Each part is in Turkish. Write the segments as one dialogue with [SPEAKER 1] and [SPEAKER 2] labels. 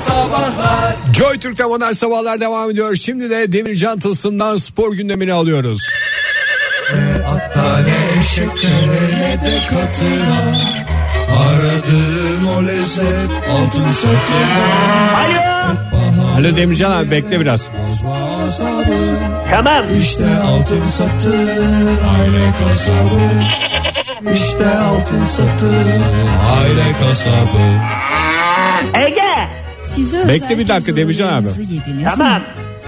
[SPEAKER 1] Sabahlar
[SPEAKER 2] Joy Türk'te modern sabahlar devam ediyor. Şimdi de Demircan Tılsım'dan spor gündemini alıyoruz.
[SPEAKER 1] Hatta ne eşeklere ne de katına Aradığın o lezzet altın satına
[SPEAKER 3] Alo.
[SPEAKER 2] Alo Demircan abi bekle biraz.
[SPEAKER 1] Bozma asabı
[SPEAKER 3] Tamam.
[SPEAKER 1] İşte altın satır aile kasabı İşte altın satır aile kasabı
[SPEAKER 3] Ege.
[SPEAKER 4] Size özel
[SPEAKER 2] Bekle bir dakika
[SPEAKER 4] köz
[SPEAKER 2] Demircan abi.
[SPEAKER 4] olanlarınızı yediniz
[SPEAKER 3] Tamam.
[SPEAKER 4] mi?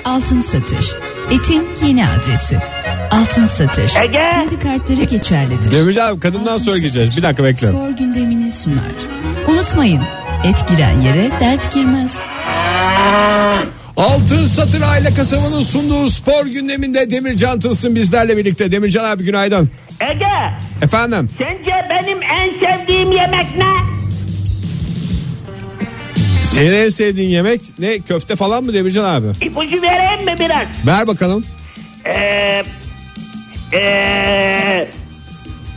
[SPEAKER 4] Altın Satır. Etin yeni adresi. Altın Satır.
[SPEAKER 3] Ege.
[SPEAKER 4] Kredi kartları geçerlidir.
[SPEAKER 2] Demircan abi kadından
[SPEAKER 4] Altın
[SPEAKER 2] sonra gireceğiz.
[SPEAKER 4] Satır.
[SPEAKER 2] Bir dakika bekle.
[SPEAKER 4] Spor gündemini sunar. Unutmayın et giren yere dert girmez.
[SPEAKER 2] Altın Satır Aile Kasabı'nın sunduğu spor gündeminde Demircan Tılsım bizlerle birlikte. Demircan abi günaydın.
[SPEAKER 3] Ege.
[SPEAKER 2] Efendim
[SPEAKER 3] Sence benim en sevdiğim yemek ne?
[SPEAKER 2] senin en sevdiğin yemek ne köfte falan mı Demircan abi?
[SPEAKER 3] İpucu vereyim mi biraz?
[SPEAKER 2] Ver bakalım.
[SPEAKER 3] Ee, ee,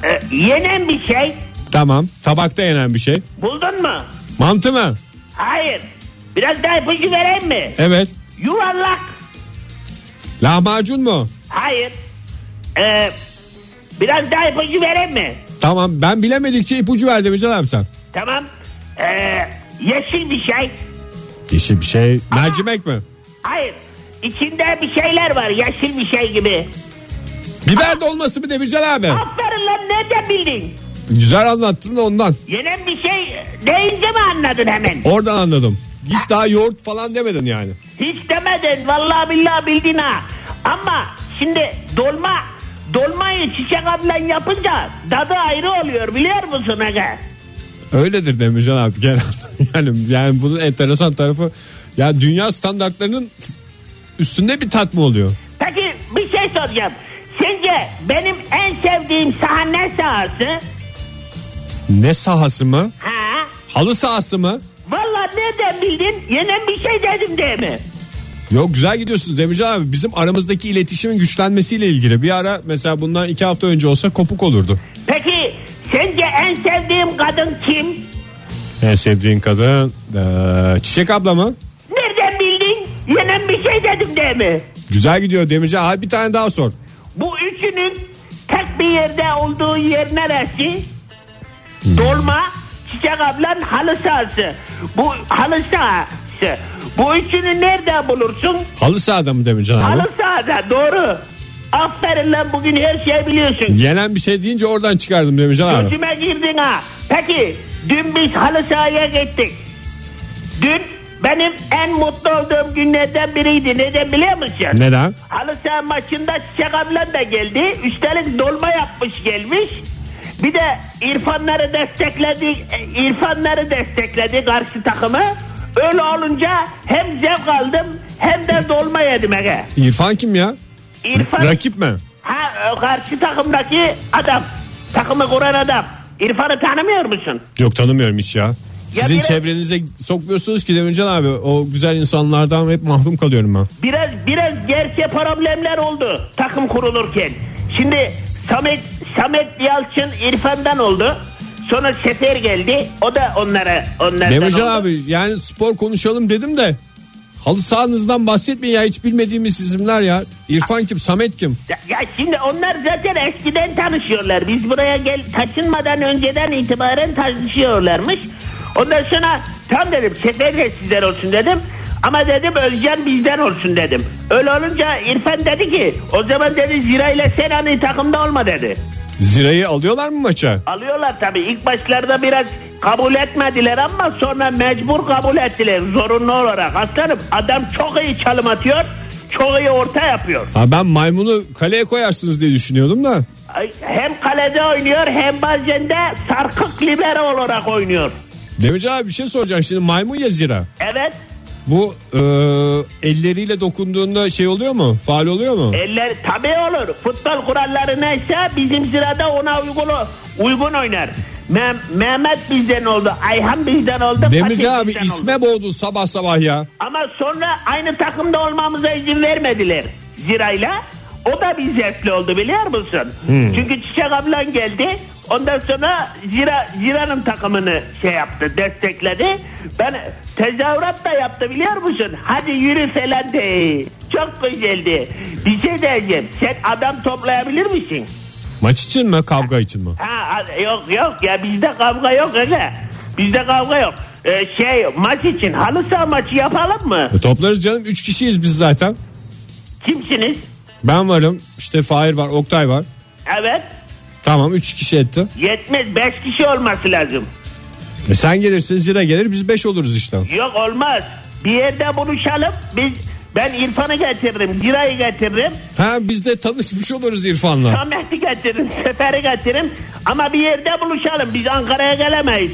[SPEAKER 3] e, yenen bir şey.
[SPEAKER 2] Tamam tabakta yenen bir şey.
[SPEAKER 3] Buldun mu?
[SPEAKER 2] Mantı mı?
[SPEAKER 3] Hayır. Biraz daha ipucu vereyim mi?
[SPEAKER 2] Evet.
[SPEAKER 3] Yuvarlak.
[SPEAKER 2] Lahmacun mu?
[SPEAKER 3] Hayır. Ee, biraz daha ipucu vereyim mi?
[SPEAKER 2] Tamam ben bilemedikçe ipucu ver Demircan abi sen.
[SPEAKER 3] Tamam. Ee, yeşil bir şey.
[SPEAKER 2] Yeşil bir şey. Mercimek mi?
[SPEAKER 3] Hayır. İçinde bir şeyler var. Yeşil bir şey gibi.
[SPEAKER 2] Biber dolması mı Demircan abi?
[SPEAKER 3] Aferin lan ne de bildin?
[SPEAKER 2] Güzel anlattın da ondan.
[SPEAKER 3] Yenen bir şey deyince mi anladın hemen?
[SPEAKER 2] Oradan anladım. Hiç daha yoğurt falan demedin yani.
[SPEAKER 3] Hiç demedin vallahi billahi bildin ha. Ama şimdi dolma dolmayı çiçek ablan yapınca tadı ayrı oluyor biliyor musun aga?
[SPEAKER 2] Öyledir Demircan abi genel. Yani, yani bunun enteresan tarafı ya dünya standartlarının üstünde bir tat mı oluyor?
[SPEAKER 3] Peki bir şey soracağım. Sence benim en sevdiğim saha ne sahası?
[SPEAKER 2] Ne sahası mı?
[SPEAKER 3] Ha?
[SPEAKER 2] Halı sahası mı?
[SPEAKER 3] Vallahi nereden bildin? Yenen bir şey dedim değil mi?
[SPEAKER 2] Yok güzel gidiyorsunuz Demircan abi. Bizim aramızdaki iletişimin güçlenmesiyle ilgili. Bir ara mesela bundan iki hafta önce olsa kopuk olurdu.
[SPEAKER 3] Peki sence en sevdiğim kadın kim?
[SPEAKER 2] En sevdiğin kadın eee, Çiçek abla mı?
[SPEAKER 3] Nereden bildin? Yenen bir şey dedim değil mi?
[SPEAKER 2] Güzel gidiyor Demircan abi bir tane daha sor.
[SPEAKER 3] Bu üçünün tek bir yerde olduğu yer neresi? Dolma, çiçek ablan halı sahası. Bu halı sahası. Bu üçünü nerede bulursun?
[SPEAKER 2] Halı sahada mı Demircan abi?
[SPEAKER 3] Halı sahada doğru. Aferin lan bugün her şeyi biliyorsun.
[SPEAKER 2] Yenen bir şey deyince oradan çıkardım Demircan abi.
[SPEAKER 3] Gözüme girdin ha. Peki dün biz halı sahaya gittik. Dün benim en mutlu olduğum günlerden biriydi. Neden biliyor musun?
[SPEAKER 2] Neden?
[SPEAKER 3] Halı saha maçında Çiçek ablan da geldi. Üstelik dolma yapmış gelmiş. Bir de İrfanları destekledi. e, İrfanları destekledi karşı takımı. Öyle olunca hem zevk aldım hem de dolma yedim Ege.
[SPEAKER 2] İrfan kim ya?
[SPEAKER 3] İrfan
[SPEAKER 2] Rakip mi?
[SPEAKER 3] ha, e, karşı takımdaki adam. Takımı kuran adam. İrfan'ı tanımıyor musun?
[SPEAKER 2] Yok tanımıyorum hiç ya.
[SPEAKER 3] Ya
[SPEAKER 2] Sizin
[SPEAKER 3] biraz-
[SPEAKER 2] çevrenize sokmuyorsunuz ki Demircan abi. O güzel insanlardan hep mahrum kalıyorum ben.
[SPEAKER 3] Biraz biraz gerçek problemler oldu takım kurulurken. Şimdi Samet Samet Yalçın İrfan'dan oldu. Sonra Sefer geldi. O da onlara onlardan
[SPEAKER 2] Demircan
[SPEAKER 3] oldu.
[SPEAKER 2] abi yani spor konuşalım dedim de halı sahanızdan bahsetmeyin ya hiç bilmediğimiz isimler ya. İrfan kim? Samet kim?
[SPEAKER 3] Ya, ya şimdi onlar zaten eskiden tanışıyorlar. Biz buraya gel taşınmadan önceden itibaren tanışıyorlarmış. Ondan sonra tam dedim Sefer de sizden olsun dedim. Ama dedim Özcan bizden olsun dedim. Öyle olunca İrfan dedi ki o zaman dedi Zira ile sen hani takımda olma dedi.
[SPEAKER 2] Zira'yı alıyorlar mı maça?
[SPEAKER 3] Alıyorlar tabii. İlk başlarda biraz kabul etmediler ama sonra mecbur kabul ettiler zorunlu olarak. Aslanım adam çok iyi çalım atıyor. Çok iyi orta yapıyor.
[SPEAKER 2] Ha ben maymunu kaleye koyarsınız diye düşünüyordum da.
[SPEAKER 3] Ay, Hem kalede oynuyor hem bazen de sarkık libero olarak oynuyor.
[SPEAKER 2] Demircan abi bir şey soracağım şimdi maymun ya Zira.
[SPEAKER 3] Evet
[SPEAKER 2] Bu e, elleriyle dokunduğunda şey oluyor mu? Faal oluyor mu?
[SPEAKER 3] eller tabii olur. Futbol kuralları neyse bizim sırada ona uygun, o- uygun oynar. Mem- Mehmet bizden oldu. Ayhan bizden oldu. Fatih
[SPEAKER 2] Demircan abi
[SPEAKER 3] bizden oldu.
[SPEAKER 2] isme boğdu sabah sabah ya.
[SPEAKER 3] Ama sonra aynı takımda olmamıza izin vermediler Zira'yla. O da bir zevkli oldu biliyor musun? Çünkü Çiçek ablan geldi. Ondan sonra Zira, Zira'nın takımını şey yaptı, destekledi. Ben tezahürat da yaptı biliyor musun? Hadi yürü falan de. Çok güzeldi. Bir şey diyeceğim. Sen adam toplayabilir misin?
[SPEAKER 2] Maç için mi kavga için mi?
[SPEAKER 3] Ha, ha, yok yok ya bizde kavga yok öyle. Bizde kavga yok. Ee, şey maç için halı saha maçı yapalım mı?
[SPEAKER 2] E, toplarız canım 3 kişiyiz biz zaten.
[SPEAKER 3] Kimsiniz?
[SPEAKER 2] Ben varım işte Fahir var Oktay var.
[SPEAKER 3] Evet.
[SPEAKER 2] Tamam 3 kişi etti.
[SPEAKER 3] Yetmez 5 kişi olması lazım.
[SPEAKER 2] E, sen gelirsin Zira gelir biz 5 oluruz işte.
[SPEAKER 3] Yok olmaz. Bir yerde buluşalım. Biz ben İrfan'ı getiririm, Giray'ı getiririm,
[SPEAKER 2] Ha biz de tanışmış oluruz İrfan'la.
[SPEAKER 3] Samet'i getiririm, Sefer'i getiririm. Ama bir yerde buluşalım. Biz Ankara'ya gelemeyiz.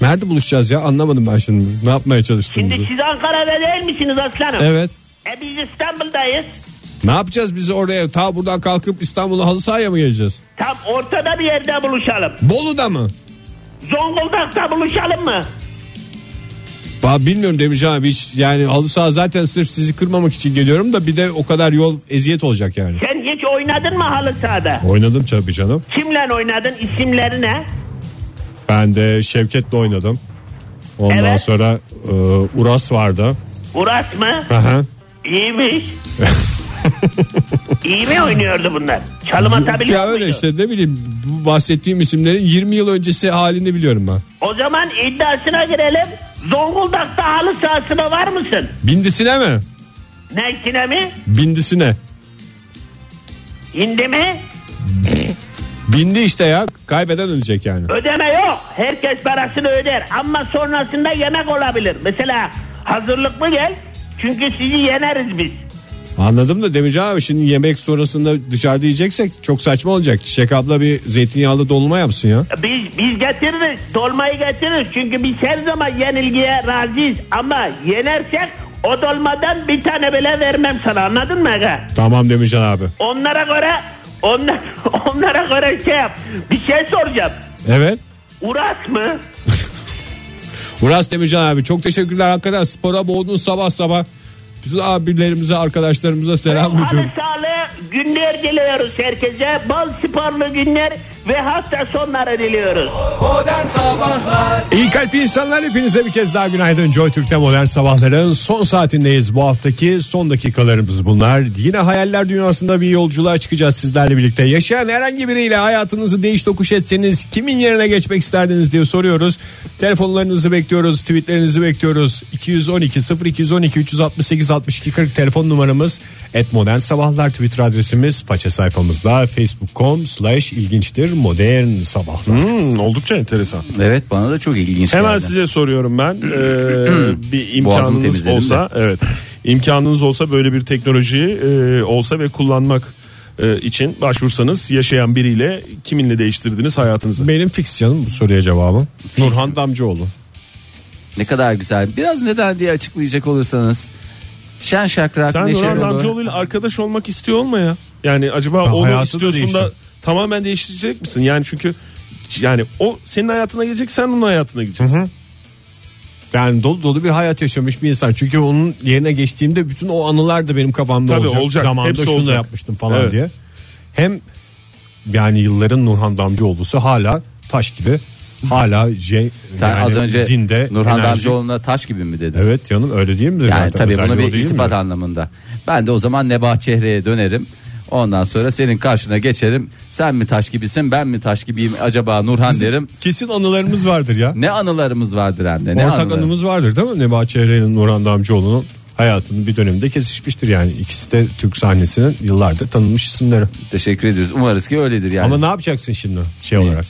[SPEAKER 2] Nerede buluşacağız ya anlamadım ben şimdi ne yapmaya
[SPEAKER 3] Şimdi
[SPEAKER 2] çalıştığımızı.
[SPEAKER 3] siz Ankara'da değil misiniz aslanım?
[SPEAKER 2] Evet.
[SPEAKER 3] E biz İstanbul'dayız.
[SPEAKER 2] Ne yapacağız biz oraya? Ta buradan kalkıp İstanbul'a halı sahaya mı geleceğiz?
[SPEAKER 3] Tam ortada bir yerde buluşalım.
[SPEAKER 2] Bolu'da mı?
[SPEAKER 3] Zonguldak'ta buluşalım mı?
[SPEAKER 2] Ba bilmiyorum Demirci abi hiç yani halı saha zaten sırf sizi kırmamak için geliyorum da bir de o kadar yol eziyet olacak yani.
[SPEAKER 3] Sen hiç oynadın mı halı sahada?
[SPEAKER 2] Oynadım tabii canım.
[SPEAKER 3] Kimle oynadın? İsimleri ne?
[SPEAKER 2] Ben de Şevket'le oynadım. Ondan
[SPEAKER 3] Evet.
[SPEAKER 2] sonra e, Uras vardı.
[SPEAKER 3] Uras mı?
[SPEAKER 2] Aha.
[SPEAKER 3] İyiymiş. İyi mi oynuyordu bunlar? Çalım atabiliyor
[SPEAKER 2] Ya öyle
[SPEAKER 3] muydu?
[SPEAKER 2] işte ne bileyim bu bahsettiğim isimlerin 20 yıl öncesi halini biliyorum ben.
[SPEAKER 3] O zaman iddiasına girelim. Zonguldak'ta halı sahasına var mısın?
[SPEAKER 2] Bindisine mi?
[SPEAKER 3] Neysine mi?
[SPEAKER 2] Bindisine.
[SPEAKER 3] Hindi mi?
[SPEAKER 2] Bindi işte ya kaybeden ölecek yani.
[SPEAKER 3] Ödeme yok. Herkes parasını öder. Ama sonrasında yemek olabilir. Mesela hazırlıklı gel. Çünkü sizi yeneriz biz.
[SPEAKER 2] Anladım da Demirci abi şimdi yemek sonrasında dışarıda yiyeceksek çok saçma olacak. Çiçek abla bir zeytinyağlı dolma yapsın ya.
[SPEAKER 3] Biz biz getiririz. Dolmayı getiririz. Çünkü biz her zaman yenilgiye razıyız. Ama yenersek o dolmadan bir tane bile vermem sana. Anladın mı aga?
[SPEAKER 2] Tamam Demirci abi.
[SPEAKER 3] Onlara göre onlar, onlara göre şey yap. Bir şey soracağım.
[SPEAKER 2] Evet.
[SPEAKER 3] Uras mı?
[SPEAKER 2] Uras Demircan abi çok teşekkürler hakikaten spora boğdun sabah sabah. Bütün abilerimize arkadaşlarımıza selam
[SPEAKER 3] Halı
[SPEAKER 2] ediyorum.
[SPEAKER 3] sahalı günler diliyoruz herkese. Bol sporlu günler ve hafta sonları diliyoruz.
[SPEAKER 1] Modern Sabahlar
[SPEAKER 2] İyi kalp insanlar hepinize bir kez daha günaydın. Joy Türk'te modern sabahların son saatindeyiz. Bu haftaki son dakikalarımız bunlar. Yine hayaller dünyasında bir yolculuğa çıkacağız sizlerle birlikte. Yaşayan herhangi biriyle hayatınızı değiş tokuş etseniz kimin yerine geçmek isterdiniz diye soruyoruz. Telefonlarınızı bekliyoruz, tweetlerinizi bekliyoruz. 212 0212 368 62 40 telefon numaramız. Et modern sabahlar Twitter adresimiz. Faça sayfamızda facebook.com slash ilginçtir modern sabahlar.
[SPEAKER 5] Hmm, oldukça enteresan.
[SPEAKER 6] Evet bana da çok ilginç
[SPEAKER 5] Hemen
[SPEAKER 6] geldi.
[SPEAKER 5] size soruyorum ben. Ee, bir imkanınız
[SPEAKER 6] temizledim
[SPEAKER 5] olsa, evet. İmkanınız olsa böyle bir teknoloji e, olsa ve kullanmak e, için başvursanız yaşayan biriyle kiminle değiştirdiniz hayatınızı?
[SPEAKER 2] Benim fix canım bu soruya cevabım.
[SPEAKER 6] mi?
[SPEAKER 2] Nurhan Damcıoğlu.
[SPEAKER 6] Ne kadar güzel. Biraz neden diye açıklayacak olursanız. Şen şakrak
[SPEAKER 5] Sen
[SPEAKER 6] neşeli
[SPEAKER 5] Nurhan
[SPEAKER 6] olur.
[SPEAKER 5] Damcıoğlu'yla arkadaş olmak istiyor olma ya. Yani acaba
[SPEAKER 2] Ben
[SPEAKER 5] onu
[SPEAKER 2] hayatı da
[SPEAKER 5] istiyorsun da
[SPEAKER 2] değiştim.
[SPEAKER 5] tamamen değiştirecek misin? Yani çünkü yani o senin hayatına gelecek sen onun hayatına gideceksin.
[SPEAKER 2] Yani dolu dolu bir hayat yaşamış bir insan. Çünkü onun yerine geçtiğimde bütün o anılar da benim kafamda
[SPEAKER 5] Tabii,
[SPEAKER 2] olacak.
[SPEAKER 5] olacak.
[SPEAKER 2] Zamanında
[SPEAKER 5] Hepsi
[SPEAKER 2] şunu da
[SPEAKER 5] olacak.
[SPEAKER 2] yapmıştım falan
[SPEAKER 5] Evet.
[SPEAKER 2] diye. Hem yani yılların Nurhan Damcıoğlu'su hala taş gibi. Hala je,
[SPEAKER 6] Sen
[SPEAKER 2] yani
[SPEAKER 6] az önce
[SPEAKER 2] zinde,
[SPEAKER 6] Nurhan
[SPEAKER 2] enerjik.
[SPEAKER 6] Damcıoğlu'na taş gibi mi dedin?
[SPEAKER 2] Evet canım öyle değil mi?
[SPEAKER 6] Yani tabii
[SPEAKER 2] özelliği
[SPEAKER 6] bunu
[SPEAKER 2] o
[SPEAKER 6] bir
[SPEAKER 2] değil mi?
[SPEAKER 6] iltifat anlamında. Ben de o zaman Nebahçehre'ye dönerim. Ondan sonra senin karşına geçerim. Sen mi taş gibisin ben mi taş gibiyim acaba Nurhan derim.
[SPEAKER 2] Kesin anılarımız vardır ya.
[SPEAKER 6] Ne anılarımız vardır hem de. Ne
[SPEAKER 2] Ortak
[SPEAKER 6] anılarımız.
[SPEAKER 2] anımız vardır değil mi? Nebahat Çehre'nin Nurhan Damcıoğlu'nun hayatının bir döneminde kesişmiştir yani. ikisi de Türk sahnesinin yıllardır tanınmış isimleri.
[SPEAKER 6] Teşekkür ediyoruz. Umarız ki öyledir yani.
[SPEAKER 2] Ama ne yapacaksın şimdi şey olarak?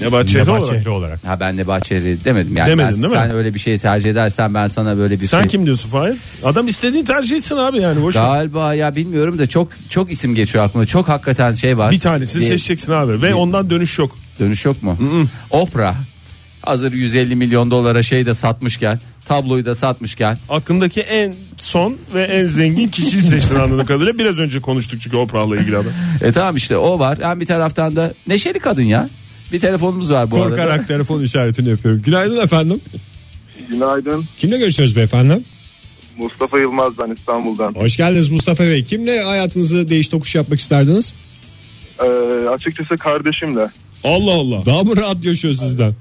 [SPEAKER 5] Ne bahçeli
[SPEAKER 2] Nebahat
[SPEAKER 5] olarak.
[SPEAKER 2] Çehre olarak.
[SPEAKER 6] Ha ben Nebahçehre'yi demedim yani.
[SPEAKER 5] Demedin,
[SPEAKER 6] Ben-
[SPEAKER 5] değil mi?
[SPEAKER 6] sen öyle bir şey tercih edersen ben sana böyle bir
[SPEAKER 5] Sen
[SPEAKER 6] şey
[SPEAKER 5] kim diyorsun Fahir? Adam istediğini tercih etsin abi yani. Boş ver.
[SPEAKER 6] Galiba ya bilmiyorum da çok çok isim geçiyor aklıma. Çok hakikaten şey var.
[SPEAKER 5] Bir tanesini
[SPEAKER 6] Bir
[SPEAKER 5] seçeceksin abi ve ondan dönüş yok.
[SPEAKER 6] Dönüş yok mu? Oprah. Hazır 150 milyon dolara şey de satmışken, tabloyu da satmışken.
[SPEAKER 5] Aklındaki en son ve en zengin kişiyi seçtin anladığım kadarıyla. Biraz önce konuştuk çünkü Oprah'la ilgili adam.
[SPEAKER 6] E tamam işte o var. Hem bir taraftan da neşeli kadın ya. Bir telefonumuz var bu arada.
[SPEAKER 2] Korkarak telefon işaretini yapıyorum. Günaydın efendim.
[SPEAKER 7] Günaydın.
[SPEAKER 2] Kimle görüşüyoruz beyefendi?
[SPEAKER 7] Mustafa Yılmaz ben İstanbul'dan.
[SPEAKER 2] Hoş geldiniz Mustafa Bey. Kimle hayatınızı değiş tokuş yapmak isterdiniz?
[SPEAKER 7] Ee, açıkçası kardeşimle.
[SPEAKER 5] Allah Allah.
[SPEAKER 2] Daha mı rahat yaşıyor sizden?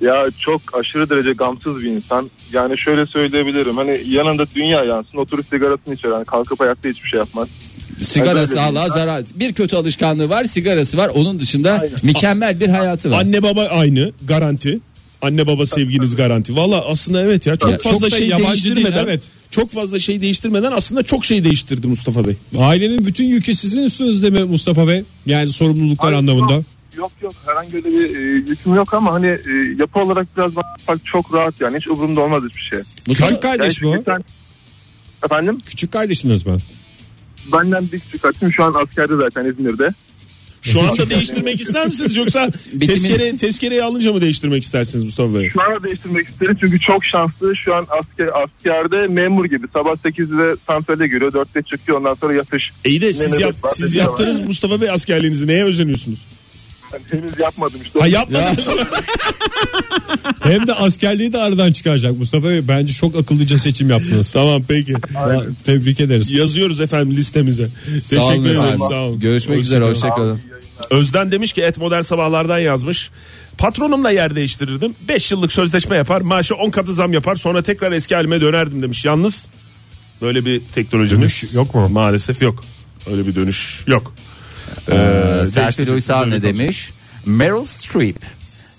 [SPEAKER 7] Ya çok aşırı derece gamsız bir insan. Yani şöyle söyleyebilirim. Hani yanında dünya yansın oturup sigarasını içer. Yani kalkıp ayakta hiçbir şey yapmaz.
[SPEAKER 6] Sigara
[SPEAKER 7] Öyle bir
[SPEAKER 6] sağlığa
[SPEAKER 7] insan.
[SPEAKER 6] zarar. Bir kötü alışkanlığı var, sigarası var. Onun dışında mükemmel bir hayatı var.
[SPEAKER 5] Anne baba aynı garanti. Anne baba sevginiz garanti. Valla aslında evet ya çok
[SPEAKER 6] Ya,
[SPEAKER 5] fazla
[SPEAKER 2] çok da
[SPEAKER 5] şey
[SPEAKER 2] yabancı değil,
[SPEAKER 5] değiştirmeden
[SPEAKER 2] evet.
[SPEAKER 5] çok fazla şey değiştirmeden aslında çok şey değiştirdi Mustafa Bey.
[SPEAKER 2] Ailenin bütün yükü sizin üstünüzde mi Mustafa Bey? Yani sorumluluklar
[SPEAKER 7] Hayır,
[SPEAKER 2] anlamında.
[SPEAKER 7] Yok yok, yok. herhangi öyle bir e, yüküm yok ama hani e, yapı olarak biraz bak bak çok rahat yani hiç umurumda olmaz hiçbir şey.
[SPEAKER 2] Küçük kardeş mi o?
[SPEAKER 7] Yani çünkü sen- Efendim
[SPEAKER 2] Küçük kardeşiniz mi?
[SPEAKER 7] benden bir küçük kardeşim şu an askerde zaten İzmir'de.
[SPEAKER 5] Şu anda değiştirmek ister misiniz yoksa tezkere, tezkereyi alınca mı değiştirmek istersiniz Mustafa Bey?
[SPEAKER 7] Şu an değiştirmek isterim çünkü çok şanslı şu an asker, askerde memur gibi. Sabah 8'de santrale giriyor 4'te çıkıyor ondan sonra yatış.
[SPEAKER 5] İyi de
[SPEAKER 7] Ne
[SPEAKER 5] siz,
[SPEAKER 7] nöbet
[SPEAKER 5] yap,
[SPEAKER 7] var,
[SPEAKER 5] siz
[SPEAKER 7] ne şey var.
[SPEAKER 5] yaptınız Mustafa Bey askerliğinizi neye özeniyorsunuz?
[SPEAKER 7] Yani henüz yapmadım işte.
[SPEAKER 5] Ha yapmadınız.
[SPEAKER 2] Hem de askerliği de aradan çıkaracak Mustafa Bey. Bence çok akıllıca seçim yaptınız.
[SPEAKER 5] tamam peki.
[SPEAKER 2] Vallahi Tebrik ederiz.
[SPEAKER 5] Yazıyoruz efendim listemize.
[SPEAKER 6] Sağ olun
[SPEAKER 5] Teşekkür ederim.
[SPEAKER 6] efendim.
[SPEAKER 5] Sağ olun.
[SPEAKER 6] Görüşmek
[SPEAKER 5] Hoşça
[SPEAKER 6] üzere
[SPEAKER 5] kalın.
[SPEAKER 6] hoşçakalın.
[SPEAKER 5] Özden demiş ki et modern sabahlardan yazmış. Patronumla yer değiştirirdim. 5 yıllık sözleşme yapar. Maaşı 10 katı zam yapar. Sonra tekrar eski halime dönerdim demiş. Yalnız böyle bir teknolojimiz
[SPEAKER 2] Dönüş yok mu?
[SPEAKER 5] Maalesef yok. Öyle bir dönüş yok.
[SPEAKER 6] Ee, Serpil
[SPEAKER 5] değiştirecek
[SPEAKER 6] Uysal
[SPEAKER 5] güzel
[SPEAKER 6] ne
[SPEAKER 5] bir konsept.
[SPEAKER 6] demiş? Meryl Streep.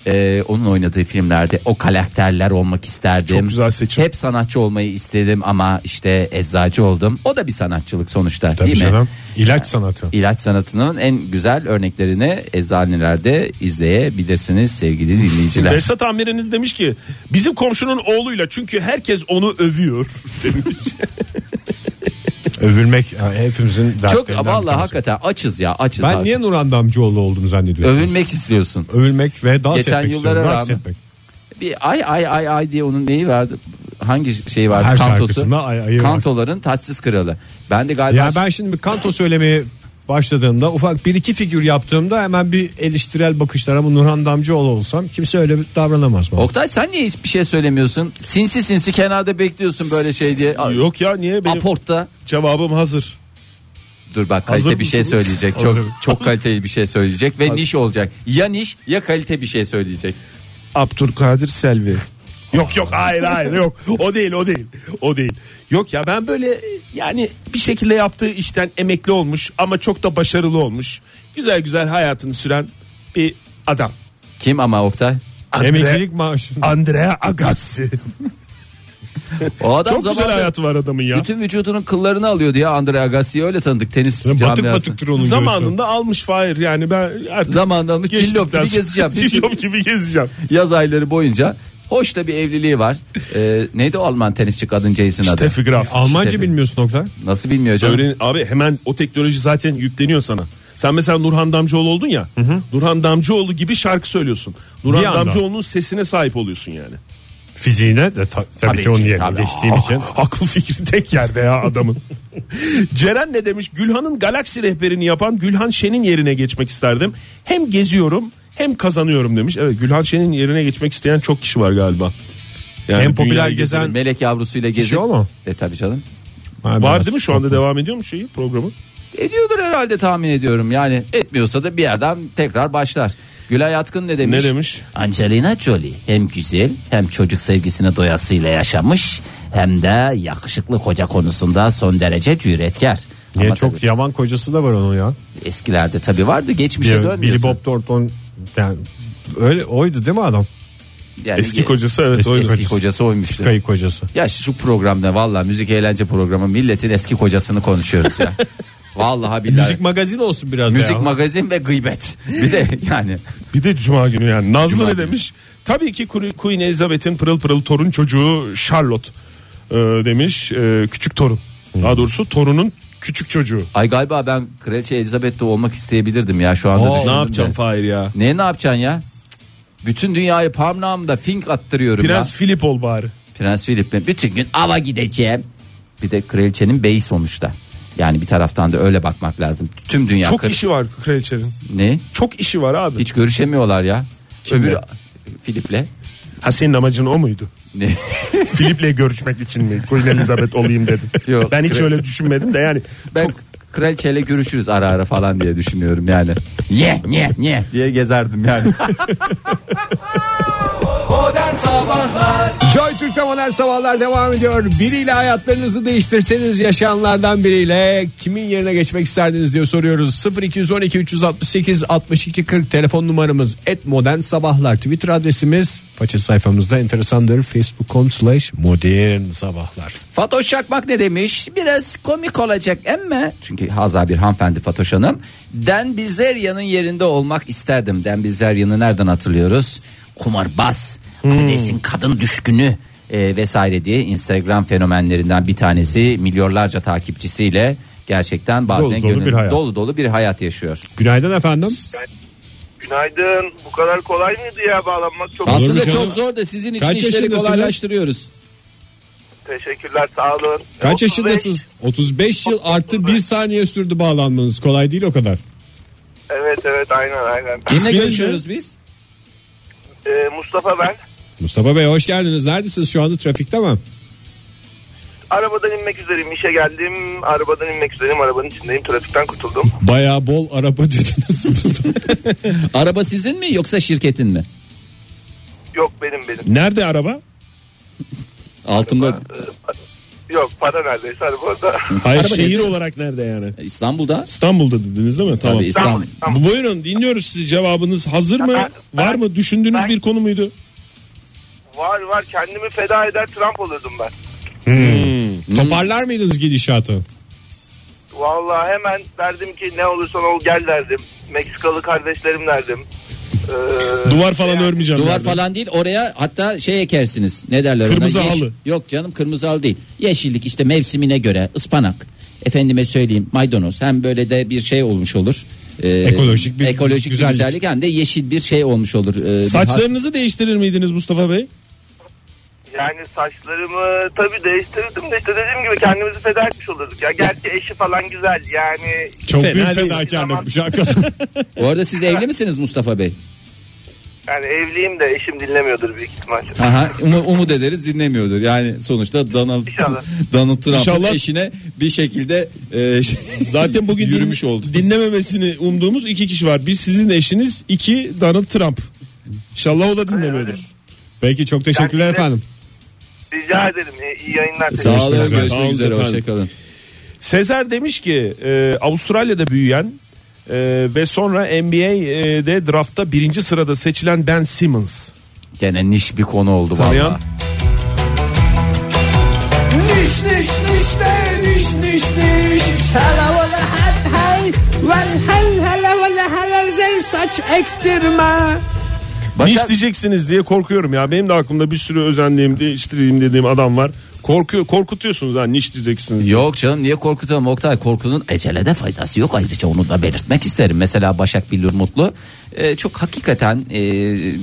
[SPEAKER 6] Ee, onun oynadığı filmlerde o karakterler olmak isterdim.
[SPEAKER 5] Çok güzel seçim.
[SPEAKER 6] Hep sanatçı olmayı istedim ama işte eczacı oldum. O da bir sanatçılık sonuçta değil mi?
[SPEAKER 2] İlaç sanatı.
[SPEAKER 6] İlaç sanatının en güzel örneklerini eczanelerde izleyebilirsiniz sevgili dinleyiciler.
[SPEAKER 5] Behzat amiriniz demiş ki bizim komşunun oğluyla çünkü herkes onu övüyor demiş.
[SPEAKER 2] Övülmek yani hepimizin
[SPEAKER 6] Çok
[SPEAKER 2] dertlerinden bir
[SPEAKER 6] vallahi
[SPEAKER 2] tanesi.
[SPEAKER 6] hakikaten açız ya açız.
[SPEAKER 2] Ben
[SPEAKER 6] abi.
[SPEAKER 2] niye Nurhan Damcıoğlu olduğumu zannediyorsun?
[SPEAKER 6] Övülmek istiyorsun.
[SPEAKER 2] Övülmek ve dans
[SPEAKER 6] Geçen
[SPEAKER 2] etmek
[SPEAKER 6] yıllara
[SPEAKER 2] istiyorum. Dans
[SPEAKER 6] rağmen.
[SPEAKER 2] etmek.
[SPEAKER 6] Bir ay ay ay ay diye onun neyi vardı? Hangi şey vardı?
[SPEAKER 2] Her şarkısında ay ayı var.
[SPEAKER 6] Kantoların taçsız kralı. Ben de galiba
[SPEAKER 2] Ya ben şimdi bir kanto söylemeye başladığımda ufak bir iki figür yaptığımda hemen bir eleştirel bakışlar ama Nurhan Damcıoğlu olsam kimse öyle bir davranamaz bana.
[SPEAKER 6] Oktay sen niye hiçbir şey söylemiyorsun? Sinsi sinsi kenarda bekliyorsun böyle şey diye.
[SPEAKER 5] Yok ya niye benim
[SPEAKER 6] Aport'ta
[SPEAKER 5] cevabım hazır.
[SPEAKER 6] Dur bak
[SPEAKER 5] Hazır
[SPEAKER 6] kalite bir şey
[SPEAKER 5] mısınız?
[SPEAKER 6] söyleyecek. Çok
[SPEAKER 5] Hazırım.
[SPEAKER 6] çok kaliteli bir şey söyleyecek ve niş olacak. Ya niş ya kalite bir şey söyleyecek.
[SPEAKER 5] Abdülkadir Selvi. Yok yok hayır hayır yok o değil o değil o değil yok ya ben böyle yani bir şekilde yaptığı işten emekli olmuş ama çok da başarılı olmuş güzel güzel hayatını süren bir adam.
[SPEAKER 6] Kim ama Oktay?
[SPEAKER 5] Andre-
[SPEAKER 2] Emeklilik maaşı.
[SPEAKER 5] Andrea Agassi.
[SPEAKER 6] O adam
[SPEAKER 5] Çok güzel
[SPEAKER 6] zamanında
[SPEAKER 5] hayatı var adamın ya.
[SPEAKER 6] bütün vücudunun kıllarını alıyordu ya Andre Agassi'yi öyle tanıdık tenis
[SPEAKER 2] Batık
[SPEAKER 6] camiası.
[SPEAKER 2] batıktır onun görüntüsü.
[SPEAKER 5] Zamanında almış Fahir yani ben artık
[SPEAKER 6] Zamanında almış
[SPEAKER 5] geçtikten
[SPEAKER 6] cillop gibi
[SPEAKER 5] sonra-
[SPEAKER 6] gezeceğim.
[SPEAKER 5] Cillop gibi gezeceğim.
[SPEAKER 6] Yaz ayları boyunca hoş da bir evliliği var. Ee, neydi o Alman tenisçi kadıncağızın adı?
[SPEAKER 5] Steffi Graf.
[SPEAKER 2] Almanca
[SPEAKER 6] İşte-
[SPEAKER 2] bilmiyorsun Oktay.
[SPEAKER 6] Nasıl bilmiyor canım?
[SPEAKER 5] Öğren, abi hemen o teknoloji zaten yükleniyor sana. Sen mesela Nurhan Damcıoğlu oldun ya. Nurhan Damcıoğlu gibi şarkı söylüyorsun.
[SPEAKER 2] Bir
[SPEAKER 5] Nurhan
[SPEAKER 2] anda.
[SPEAKER 5] Damcıoğlu'nun sesine sahip oluyorsun yani.
[SPEAKER 2] Fiziğine de ta- tabii, ki onun
[SPEAKER 6] ki,
[SPEAKER 2] yerine
[SPEAKER 6] tabii.
[SPEAKER 2] geçtiğim için.
[SPEAKER 5] Akıl fikri tek yerde ya adamın. Ceren ne demiş? Gülhan'ın galaksi rehberini yapan Gülhan Şen'in yerine geçmek isterdim. Hem geziyorum hem kazanıyorum demiş. Evet Gülhan Şen'in yerine geçmek isteyen çok kişi var galiba. Yani
[SPEAKER 2] En popüler
[SPEAKER 5] dünyayı
[SPEAKER 2] gezen-
[SPEAKER 5] gezelim.
[SPEAKER 6] Melek yavrusuyla
[SPEAKER 5] şey
[SPEAKER 6] gezip.
[SPEAKER 2] o mu?
[SPEAKER 6] E tabii canım.
[SPEAKER 2] Ha,
[SPEAKER 5] var
[SPEAKER 2] biraz
[SPEAKER 5] değil mi şu anda devam ediyor mu şeyi programı?
[SPEAKER 6] Ediyordur herhalde tahmin ediyorum. Yani etmiyorsa da bir yerden tekrar başlar. Gülay Atkın ne demiş?
[SPEAKER 5] Ne demiş?
[SPEAKER 6] Angelina Jolie hem güzel hem çocuk sevgisine doyasıyla yaşamış hem de yakışıklı koca konusunda son derece cüretkar.
[SPEAKER 2] Niye
[SPEAKER 6] Ama
[SPEAKER 2] çok
[SPEAKER 6] tabii
[SPEAKER 2] yaman kocası da var onun ya.
[SPEAKER 6] eskilerde tabii vardı geçmişe
[SPEAKER 2] Bir, Billy
[SPEAKER 6] şey dönmüyorsun.
[SPEAKER 2] Bob Thornton yani öyle oydu değil mi adam?
[SPEAKER 6] Yani
[SPEAKER 5] Eski
[SPEAKER 6] ge-
[SPEAKER 5] kocası evet
[SPEAKER 6] eski,
[SPEAKER 5] oydu.
[SPEAKER 6] eski kocası oymuştu.
[SPEAKER 2] Kayık kocası.
[SPEAKER 6] Ya şu programda valla müzik eğlence programı milletin eski kocasını konuşuyoruz ya. Vallahi billahi.
[SPEAKER 2] Müzik magazin olsun biraz da
[SPEAKER 6] Müzik
[SPEAKER 2] ya.
[SPEAKER 6] magazin ve gıybet. Bir de yani
[SPEAKER 5] Bir de cuma günü yani. Nazlı
[SPEAKER 6] Cuma
[SPEAKER 5] ne
[SPEAKER 6] günü.
[SPEAKER 5] demiş? Tabii ki Kuru- Queen Elizabeth'in pırıl pırıl torun çocuğu Charlotte e, demiş. E, küçük torun. Daha doğrusu torunun küçük çocuğu.
[SPEAKER 6] ay galiba ben Kraliçe Elizabeth'te olmak isteyebilirdim ya şu anda. düşündüm
[SPEAKER 5] ne
[SPEAKER 6] de.
[SPEAKER 5] yapacağım Fahir ya?
[SPEAKER 6] Ne ne yapacaksın ya? Bütün dünyayı parmağımda fink attırıyorum
[SPEAKER 5] Prens
[SPEAKER 6] ya.
[SPEAKER 5] Philip ol bari.
[SPEAKER 6] Prens Philip'le bütün gün ava gideceğim. Bir de kraliçenin beyi sonuçta. Yani bir taraftan da öyle bakmak lazım. Tüm dünya
[SPEAKER 5] Çok
[SPEAKER 6] kır-
[SPEAKER 5] işi var kraliçenin.
[SPEAKER 6] ne?
[SPEAKER 5] Çok işi var abi.
[SPEAKER 6] Hiç görüşemiyorlar ya.
[SPEAKER 5] Kimle?
[SPEAKER 6] Öbürü Philip'le.
[SPEAKER 5] Ha senin amacın o muydu?
[SPEAKER 6] Ne?
[SPEAKER 5] Philip'le görüşmek için mi? Queen Elizabeth olayım dedim.
[SPEAKER 6] Yok.
[SPEAKER 5] ben hiç öyle düşünmedim de yani
[SPEAKER 6] Ben
[SPEAKER 5] çok
[SPEAKER 6] kraliçeyle görüşürüz ara ara falan diye düşünüyorum yani. Ye ye ye diye gezerdim yani.
[SPEAKER 1] Modern Sabahlar
[SPEAKER 2] Joy Türk'te modern sabahlar devam ediyor. Biriyle hayatlarınızı değiştirseniz yaşayanlardan biriyle kimin yerine geçmek isterdiniz diye soruyoruz. 0212 368 62 40 telefon numaramız et modern sabahlar. Twitter adresimiz faça sayfamızda enteresandır. Facebook.com slash modern sabahlar.
[SPEAKER 6] Fatoş Şakmak ne demiş? Biraz komik olacak ama çünkü haza bir hanımefendi Fatoş Hanım. Dan Bilzerian'ın yerinde olmak isterdim. Dan Bilzerian'ı nereden hatırlıyoruz? Kumarbaz,
[SPEAKER 2] Hmm.
[SPEAKER 6] affedersin kadın düşkünü e, vesaire diye Instagram fenomenlerinden bir tanesi milyonlarca takipçisiyle gerçekten bazen
[SPEAKER 2] Dolu dolu
[SPEAKER 6] gönül-
[SPEAKER 2] bir hayat.
[SPEAKER 6] dolu dolu bir hayat yaşıyor.
[SPEAKER 2] Günaydın efendim.
[SPEAKER 7] Günaydın. Bu kadar kolay mıydı ya bağlanmak? Çok
[SPEAKER 2] Olur mu
[SPEAKER 6] Aslında
[SPEAKER 2] canım?
[SPEAKER 6] çok zor da sizin için
[SPEAKER 2] Kaç
[SPEAKER 6] işleri
[SPEAKER 2] yaşındasınız?
[SPEAKER 6] kolaylaştırıyoruz.
[SPEAKER 7] teşekkürler sağ olun.
[SPEAKER 2] Kaç yaşındasınız? 35 yıl artı 1 saniye sürdü bağlanmanız. Kolay değil o kadar.
[SPEAKER 7] Evet evet aynen aynen. Ee,
[SPEAKER 6] Kimle
[SPEAKER 2] İsminiz
[SPEAKER 6] görüşüyoruz biz?
[SPEAKER 7] Mustafa ben.
[SPEAKER 2] Mustafa Bey hoş geldiniz. Neredesiniz şu anda trafikte mi?
[SPEAKER 7] Arabadan inmek üzereyim. İşe geldim. Arabadan inmek üzereyim. Arabanın içindeyim. Trafikten kurtuldum.
[SPEAKER 2] Bayağı bol araba dediniz.
[SPEAKER 6] Araba sizin mi yoksa şirketin mi?
[SPEAKER 7] Yok benim benim.
[SPEAKER 5] Nerede araba?
[SPEAKER 6] Altında
[SPEAKER 7] Yok para neredeyse araba orada.
[SPEAKER 5] Hayır
[SPEAKER 6] Araba
[SPEAKER 5] şehir
[SPEAKER 6] değil.
[SPEAKER 5] olarak nerede yani?
[SPEAKER 6] İstanbul'da.
[SPEAKER 5] İstanbul'da dediniz değil mi? Tamam.
[SPEAKER 6] Tabii İstanbul.
[SPEAKER 5] Bu Buyurun dinliyoruz sizi cevabınız hazır mı?
[SPEAKER 7] Ben-
[SPEAKER 5] Var mı düşündüğünüz
[SPEAKER 7] ben-
[SPEAKER 5] bir konu muydu?
[SPEAKER 7] Var var kendimi feda eder Trump olurdum ben.
[SPEAKER 2] Toparlar mıydınız gidişatı?
[SPEAKER 7] Vallahi hemen derdim ki ne olursan ol gel derdim. Meksikalı kardeşlerim derdim. Ee,
[SPEAKER 5] Duvar falan
[SPEAKER 7] yani-
[SPEAKER 5] örmeyeceğim.
[SPEAKER 6] Duvar
[SPEAKER 5] derdim.
[SPEAKER 6] falan değil oraya hatta şey ekersiniz. Ne derler ona?
[SPEAKER 5] Kırmızı
[SPEAKER 6] Yeş-
[SPEAKER 5] halı.
[SPEAKER 6] Yok canım kırmızı halı değil. Yeşillik işte mevsimine göre ıspanak. Efendime söyleyeyim maydanoz. Hem böyle de bir şey olmuş olur. Ee,
[SPEAKER 2] Ekolojik bir
[SPEAKER 6] ekolojik
[SPEAKER 2] güzellik.
[SPEAKER 6] bir güzellik hem de yeşil bir şey olmuş olur. Ee, bir ha-
[SPEAKER 5] Saçlarınızı değiştirir miydiniz Mustafa Bey?
[SPEAKER 7] Yani saçlarımı tabii değiştirdim de işte dediğim gibi kendimizi feda etmiş olurduk. Ya gerçi eşi falan güzel yani.
[SPEAKER 2] Çok
[SPEAKER 5] Fena
[SPEAKER 2] büyük
[SPEAKER 5] değil.
[SPEAKER 2] fedakarlıkmış hakikaten.
[SPEAKER 6] Bu arada siz evli misiniz Mustafa Bey?
[SPEAKER 7] Yani evliyim de eşim dinlemiyordur büyük ihtimalle.
[SPEAKER 6] Aha, um- umut ederiz dinlemiyordur. Yani sonuçta Donald,
[SPEAKER 7] İnşallah.
[SPEAKER 6] Donald Trump'ın
[SPEAKER 5] İnşallah.
[SPEAKER 6] eşine bir şekilde e, şey-
[SPEAKER 5] Zaten bugün din-
[SPEAKER 6] yürümüş oldu.
[SPEAKER 5] dinlememesini umduğumuz iki kişi var. Bir sizin eşiniz, iki Donald Trump. İnşallah o da dinlemiyordur.
[SPEAKER 2] Peki çok teşekkürler
[SPEAKER 7] Yani-
[SPEAKER 2] efendim.
[SPEAKER 7] Rica ederim. İyi, iyi yayınlar.
[SPEAKER 6] Sağ olun.
[SPEAKER 2] üzere.
[SPEAKER 5] Sağ
[SPEAKER 6] Görüşmek
[SPEAKER 5] olun
[SPEAKER 6] üzere.
[SPEAKER 5] efendim.
[SPEAKER 6] Hoşçakalın.
[SPEAKER 5] Sezer demiş ki e, Avustralya'da büyüyen e, ve sonra NBA'de draftta birinci sırada seçilen Ben Simmons.
[SPEAKER 6] Gene niş bir konu oldu
[SPEAKER 5] Tanıyan
[SPEAKER 6] valla.
[SPEAKER 1] Niş niş niş de niş niş niş
[SPEAKER 5] Niş diyeceksiniz diye korkuyorum ya. Benim de aklımda bir sürü özendiğim, değiştireyim dediğim adam var. Korkuyor, korkutuyorsunuz ha niş diyeceksiniz.
[SPEAKER 6] Yok canım niye korkutalım Oktay? Korkunun ecele de faydası yok ayrıca onu da belirtmek isterim. Mesela Başak Billur Mutlu e, çok hakikaten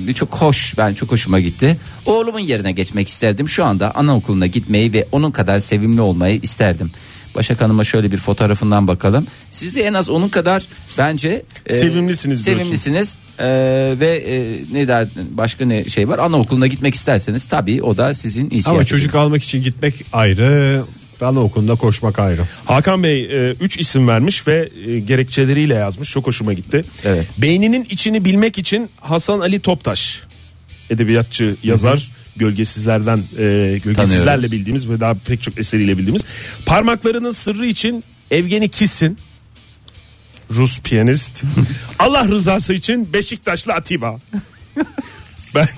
[SPEAKER 6] e, çok hoş ben çok hoşuma gitti. Oğlumun yerine geçmek isterdim. Şu anda anaokuluna gitmeyi ve onun kadar sevimli olmayı isterdim. Başak Hanım'a şöyle bir fotoğrafından bakalım. Siz de en az onun kadar bence e,
[SPEAKER 5] Sevimlisiniz diyorsun.
[SPEAKER 6] Sevimlisiniz E, ve e, ne der başka ne şey var? Anaokuluna gitmek isterseniz tabii o da sizin
[SPEAKER 2] Ama
[SPEAKER 6] inisiyatifiniz.
[SPEAKER 2] çocuk almak için gitmek ayrı. Anaokulunda koşmak ayrı.
[SPEAKER 5] Hakan Bey 3 isim vermiş ve e, gerekçeleriyle yazmış. Çok hoşuma gitti.
[SPEAKER 6] Evet.
[SPEAKER 5] Beyninin içini bilmek için Hasan Ali Toptaş edebiyatçı, yazar, gölgesizlerden e, gölgesizlerle
[SPEAKER 6] Tanıyoruz.
[SPEAKER 5] bildiğimiz ve daha pek çok eseriyle bildiğimiz. Parmaklarının sırrı için Evgeni Kissin Rus piyanist. Allah rızası için Beşiktaşlı Atiba. Bence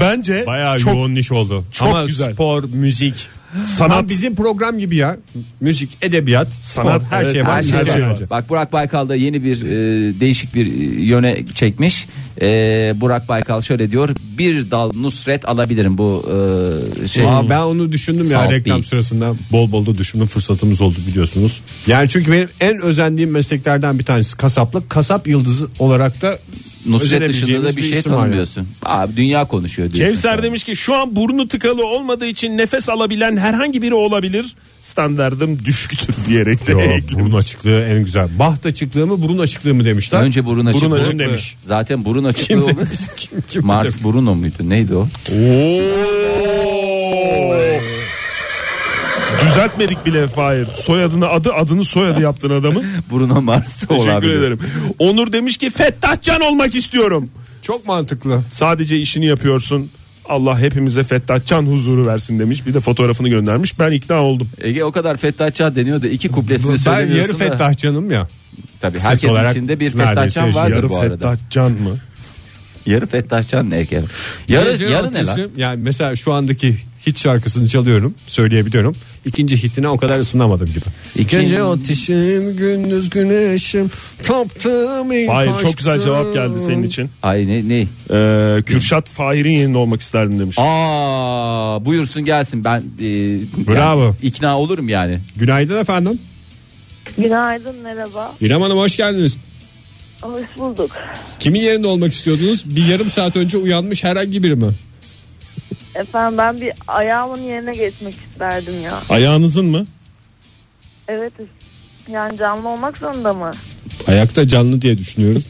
[SPEAKER 5] Bence
[SPEAKER 2] Bayağı
[SPEAKER 5] çok
[SPEAKER 2] yoğun iş oldu.
[SPEAKER 5] çok
[SPEAKER 2] Ama
[SPEAKER 5] güzel.
[SPEAKER 2] spor, müzik, sanat
[SPEAKER 5] sanat
[SPEAKER 2] bizim program gibi ya. Müzik, edebiyat, sanat,
[SPEAKER 5] Sanat,
[SPEAKER 2] her
[SPEAKER 5] evet,
[SPEAKER 2] şey var.
[SPEAKER 6] Her şey var.
[SPEAKER 5] şey var.
[SPEAKER 6] Bak Burak Baykal da yeni bir e, değişik bir e, yöne çekmiş. E, Burak Baykal şöyle diyor. Bir dal Nusret alabilirim bu e, şey.
[SPEAKER 2] Aa, ben onu düşündüm
[SPEAKER 6] Salt
[SPEAKER 2] ya reklam
[SPEAKER 6] değil.
[SPEAKER 2] sırasında bol bol da düşünme fırsatımız oldu biliyorsunuz. Yani çünkü benim en özendiğim mesleklerden bir tanesi kasaplık. Kasap yıldızı olarak da
[SPEAKER 6] Nusret dışında
[SPEAKER 2] özenebileceğimiz
[SPEAKER 6] da bir şey
[SPEAKER 2] isim var yani.
[SPEAKER 6] tanımıyorsun. Abi dünya konuşuyor diyorsun.
[SPEAKER 5] Kevser
[SPEAKER 6] sen.
[SPEAKER 5] demiş ki şu an burnu tıkalı olmadığı için nefes alabilen herhangi biri olabilir. Standardım düşüktür diyerek de
[SPEAKER 2] Yo,
[SPEAKER 5] eklemiş.
[SPEAKER 2] burun açıklığı en güzel. Baht açıklığı mı burun açıklığı mı demişler.
[SPEAKER 6] Önce burun açıklığı.
[SPEAKER 5] açıklığı demiş.
[SPEAKER 6] Zaten burun açıklığı olur.
[SPEAKER 2] Kim- kim
[SPEAKER 6] Mars Bruno muydu? Neydi o?
[SPEAKER 5] Oo! Düzeltmedik bile Fahir. Soyadını adı adını soyadı yaptın adamın.
[SPEAKER 6] Bruno Mars'ta
[SPEAKER 5] Teşekkür
[SPEAKER 6] olabilir.
[SPEAKER 5] ederim. Onur demiş ki Fettahcan olmak istiyorum.
[SPEAKER 2] Çok mantıklı.
[SPEAKER 5] Sadece işini yapıyorsun. Allah hepimize Fettahcan huzuru versin demiş. Bir de fotoğrafını göndermiş. Ben ikna oldum.
[SPEAKER 6] Ege o kadar fettahçı deniyor da iki kuplesini
[SPEAKER 2] Ben yarı
[SPEAKER 6] söylemiyorsun da.
[SPEAKER 2] fettahcanım ya.
[SPEAKER 6] Tabii herkesin
[SPEAKER 2] olarak
[SPEAKER 6] içinde bir
[SPEAKER 2] neredeyse
[SPEAKER 6] fettahçan vardır
[SPEAKER 5] şey, Yarı
[SPEAKER 6] bu arada.
[SPEAKER 5] Fettahcan mı?
[SPEAKER 6] Yarı fettahçan ne Ege? Yarı,
[SPEAKER 2] Gece
[SPEAKER 6] yarı ne lan?
[SPEAKER 2] altısı, Yani mesela şu andaki hit şarkısını çalıyorum, söyleyebiliyorum. İkinci hitine o kadar ısınamadım gibi.
[SPEAKER 6] İkinci- Gece
[SPEAKER 2] ateşim, gündüz güneşim, taptığım
[SPEAKER 5] Fahir çok güzel cevap geldi senin için.
[SPEAKER 6] Ay ne ne?
[SPEAKER 5] Ee, Kürşat Fahir'in yerinde olmak isterdim demiş.
[SPEAKER 6] Aa buyursun gelsin ben e,
[SPEAKER 2] Bravo.
[SPEAKER 6] yani ikna olurum yani.
[SPEAKER 2] Günaydın efendim.
[SPEAKER 8] Günaydın merhaba.
[SPEAKER 2] İrem Hanım hoş geldiniz.
[SPEAKER 8] Hoş bulduk.
[SPEAKER 2] Kimin yerinde olmak istiyordunuz? Bir yarım saat önce uyanmış herhangi biri mi?
[SPEAKER 8] Efendim ben bir ayağımın yerine geçmek isterdim ya.
[SPEAKER 5] Ayağınızın mı?
[SPEAKER 8] Evet yani canlı olmak zorunda mı?
[SPEAKER 2] Ayakta canlı diye düşünüyoruz.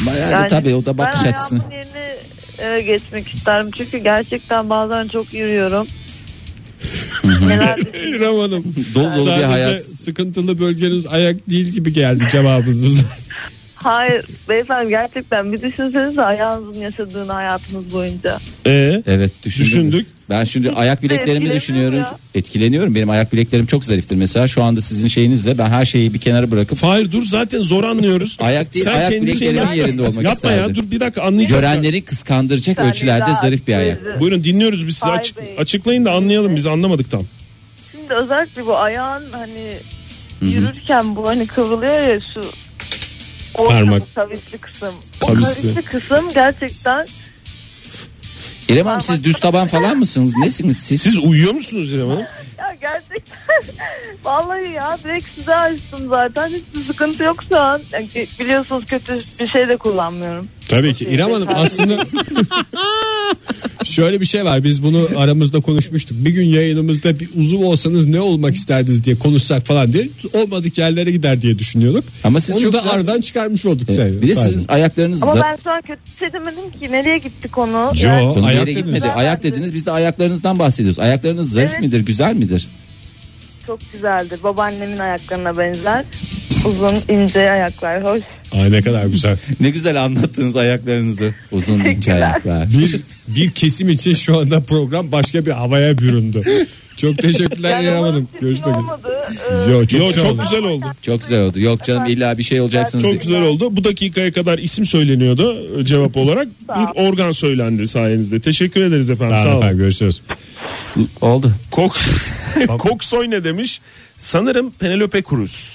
[SPEAKER 6] Ama yani,
[SPEAKER 8] Yani
[SPEAKER 6] tabii o da bakış
[SPEAKER 8] ben
[SPEAKER 6] açısını.
[SPEAKER 8] ayağımın yerine e, geçmek isterim. Çünkü gerçekten bazen çok yürüyorum. Neler
[SPEAKER 2] İrem Hanım.
[SPEAKER 6] Dolu dolu bir
[SPEAKER 2] sadece
[SPEAKER 6] hayat.
[SPEAKER 2] sıkıntılı bölgeniz ayak değil gibi geldi cevabınız.
[SPEAKER 8] Hayır beyefendi gerçekten bir düşünsenize ayağınızın yaşadığını hayatınız boyunca.
[SPEAKER 5] Ee,
[SPEAKER 6] Evet düşündük.
[SPEAKER 5] Düşündük.
[SPEAKER 6] Ben şimdi ayak bileklerimi
[SPEAKER 8] etkileniyor
[SPEAKER 6] düşünüyorum.
[SPEAKER 8] ya.
[SPEAKER 6] Etkileniyorum. Benim ayak bileklerim çok zariftir. Mesela şu anda sizin şeyinizle ben her şeyi bir kenara bırakıp
[SPEAKER 5] Fahir dur zaten zor anlıyoruz.
[SPEAKER 6] Ayak değil, ayak bileklerimin
[SPEAKER 5] şeyini-
[SPEAKER 6] yerinde olmak
[SPEAKER 5] Yapma ya
[SPEAKER 6] isterdim.
[SPEAKER 5] dur bir dakika anlayacağız.
[SPEAKER 6] görenleri kıskandıracak
[SPEAKER 8] Yani
[SPEAKER 6] ölçülerde
[SPEAKER 8] daha
[SPEAKER 6] zarif bir ayak.
[SPEAKER 8] gözü-
[SPEAKER 5] Buyurun dinliyoruz biz sizi.
[SPEAKER 8] Fahir
[SPEAKER 5] Açık-
[SPEAKER 8] Bey.
[SPEAKER 5] açıklayın da anlayalım biz anlamadık tam.
[SPEAKER 8] Şimdi özellikle bu ayağın hani yürürken bu hani kıvrılıyor ya şu orta
[SPEAKER 2] Parmak.
[SPEAKER 8] bu kavisli kısım.
[SPEAKER 5] Kavisli.
[SPEAKER 8] O kavisli kısım gerçekten
[SPEAKER 6] İrem Hanım siz düz taban falan mısınız? Nesiniz siz?
[SPEAKER 5] Siz uyuyor musunuz İrem Hanım?
[SPEAKER 8] ya gerçekten vallahi ya direkt size açtım zaten hiçbir sıkıntı yok şu an. Yani ki- biliyorsunuz kötü bir şey de kullanmıyorum.
[SPEAKER 2] Tabii ki İrem Hanım aslında şöyle bir şey var biz bunu aramızda konuşmuştuk. Bir gün yayınımızda bir uzuv olsanız ne olmak isterdiniz diye konuşsak falan diye olmadık yerlere gider diye düşünüyorduk.
[SPEAKER 6] Ama siz
[SPEAKER 2] Onu
[SPEAKER 6] çok
[SPEAKER 2] da
[SPEAKER 6] güzel-
[SPEAKER 2] aradan çıkarmış olduk.
[SPEAKER 6] Bir de sizin ayaklarınız
[SPEAKER 8] Ama
[SPEAKER 6] zar-
[SPEAKER 8] ben şu an kötü bir şey demedim ki nereye gitti konu.
[SPEAKER 2] Yo,
[SPEAKER 8] Yani
[SPEAKER 6] Konu bir
[SPEAKER 2] ayak
[SPEAKER 6] yere
[SPEAKER 2] dediniz.
[SPEAKER 6] gitmedi. Ayak dediniz biz de ayaklarınızdan bahsediyoruz. Ayaklarınız zarif
[SPEAKER 8] Evet.
[SPEAKER 6] midir, güzel midir?
[SPEAKER 8] çok güzeldir babaannemin ayaklarına benzer. Uzun ince ayaklar hoş.
[SPEAKER 2] Ay ne kadar güzel.
[SPEAKER 6] Ne güzel anlattınız ayaklarınızı. Uzun ince
[SPEAKER 8] Teşekkürler.
[SPEAKER 6] ayaklar.
[SPEAKER 2] Bir, bir kesim için şu anda program başka bir havaya büründü. Çok teşekkürler
[SPEAKER 8] Yani
[SPEAKER 2] İrem
[SPEAKER 8] umarım
[SPEAKER 2] Hanım.
[SPEAKER 8] çirkin
[SPEAKER 2] Görüşmek üzere.
[SPEAKER 8] olmadı. Ee,
[SPEAKER 2] Yo, çok,
[SPEAKER 5] Yo,
[SPEAKER 2] güzel
[SPEAKER 5] çok
[SPEAKER 2] oldu.
[SPEAKER 5] güzel oldu.
[SPEAKER 6] Çok güzel oldu. Yok canım illa bir şey olacaksınız.
[SPEAKER 5] Çok
[SPEAKER 6] diye.
[SPEAKER 5] güzel oldu. Bu dakikaya kadar isim söyleniyordu e, cevap olarak. Bir organ söylendi sayenizde. Teşekkür ederiz efendim.
[SPEAKER 2] Sağ
[SPEAKER 5] Sağ olun.
[SPEAKER 2] efendim görüşürüz.
[SPEAKER 6] Oldu.
[SPEAKER 5] Kok Koksoy ne demiş? Sanırım Penelope Cruz.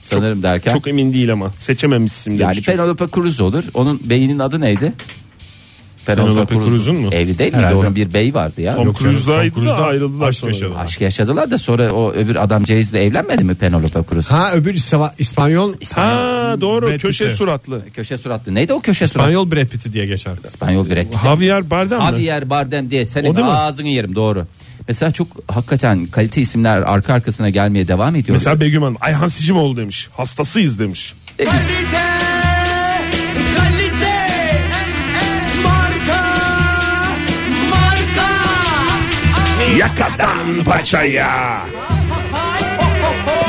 [SPEAKER 6] Sanırım derken.
[SPEAKER 5] Çok şey. emin değil ama seçememişsin demiş.
[SPEAKER 6] yani
[SPEAKER 5] Çok-
[SPEAKER 6] Penelope Cruz olur. Onun beyinin adı neydi?
[SPEAKER 5] Penelope Cruz'un mu?
[SPEAKER 6] Evli değil miydi?
[SPEAKER 2] Herhalde.
[SPEAKER 6] Onun bir beyi vardı ya.
[SPEAKER 5] Tom
[SPEAKER 2] Yok canım, Tom
[SPEAKER 5] Cruise'daydı da
[SPEAKER 2] Cruise'dan
[SPEAKER 5] ayrıldılar
[SPEAKER 2] aşk
[SPEAKER 5] sonra.
[SPEAKER 2] yaşadı.
[SPEAKER 6] Aşk yaşadılar da sonra o öbür adam Jay'le evlenmedi mi Penelope Cruz?
[SPEAKER 2] Ha öbür İsva- İspanyol
[SPEAKER 5] Ha doğru
[SPEAKER 2] Brad
[SPEAKER 5] köşe
[SPEAKER 2] Pitt'e.
[SPEAKER 5] suratlı.
[SPEAKER 6] Köşe suratlı. Neydi o köşe suratlı?
[SPEAKER 2] İspanyol Brad Pitt'i diye geçer.
[SPEAKER 6] İspanyol Brad Pitt.
[SPEAKER 5] Javier Bardem mi?
[SPEAKER 6] Javier Bardem diye
[SPEAKER 5] O
[SPEAKER 6] senin
[SPEAKER 5] değil mi?
[SPEAKER 6] ağzını yerim doğru. Mesela çok hakikaten kalite isimler arka arkasına gelmeye devam ediyor.
[SPEAKER 5] Mesela Begüm Hanım Ayhan Sicimoğlu demiş. Hastasıyız demiş.
[SPEAKER 1] Kalite, kalite, marka, marka.
[SPEAKER 5] Yakadan paçaya.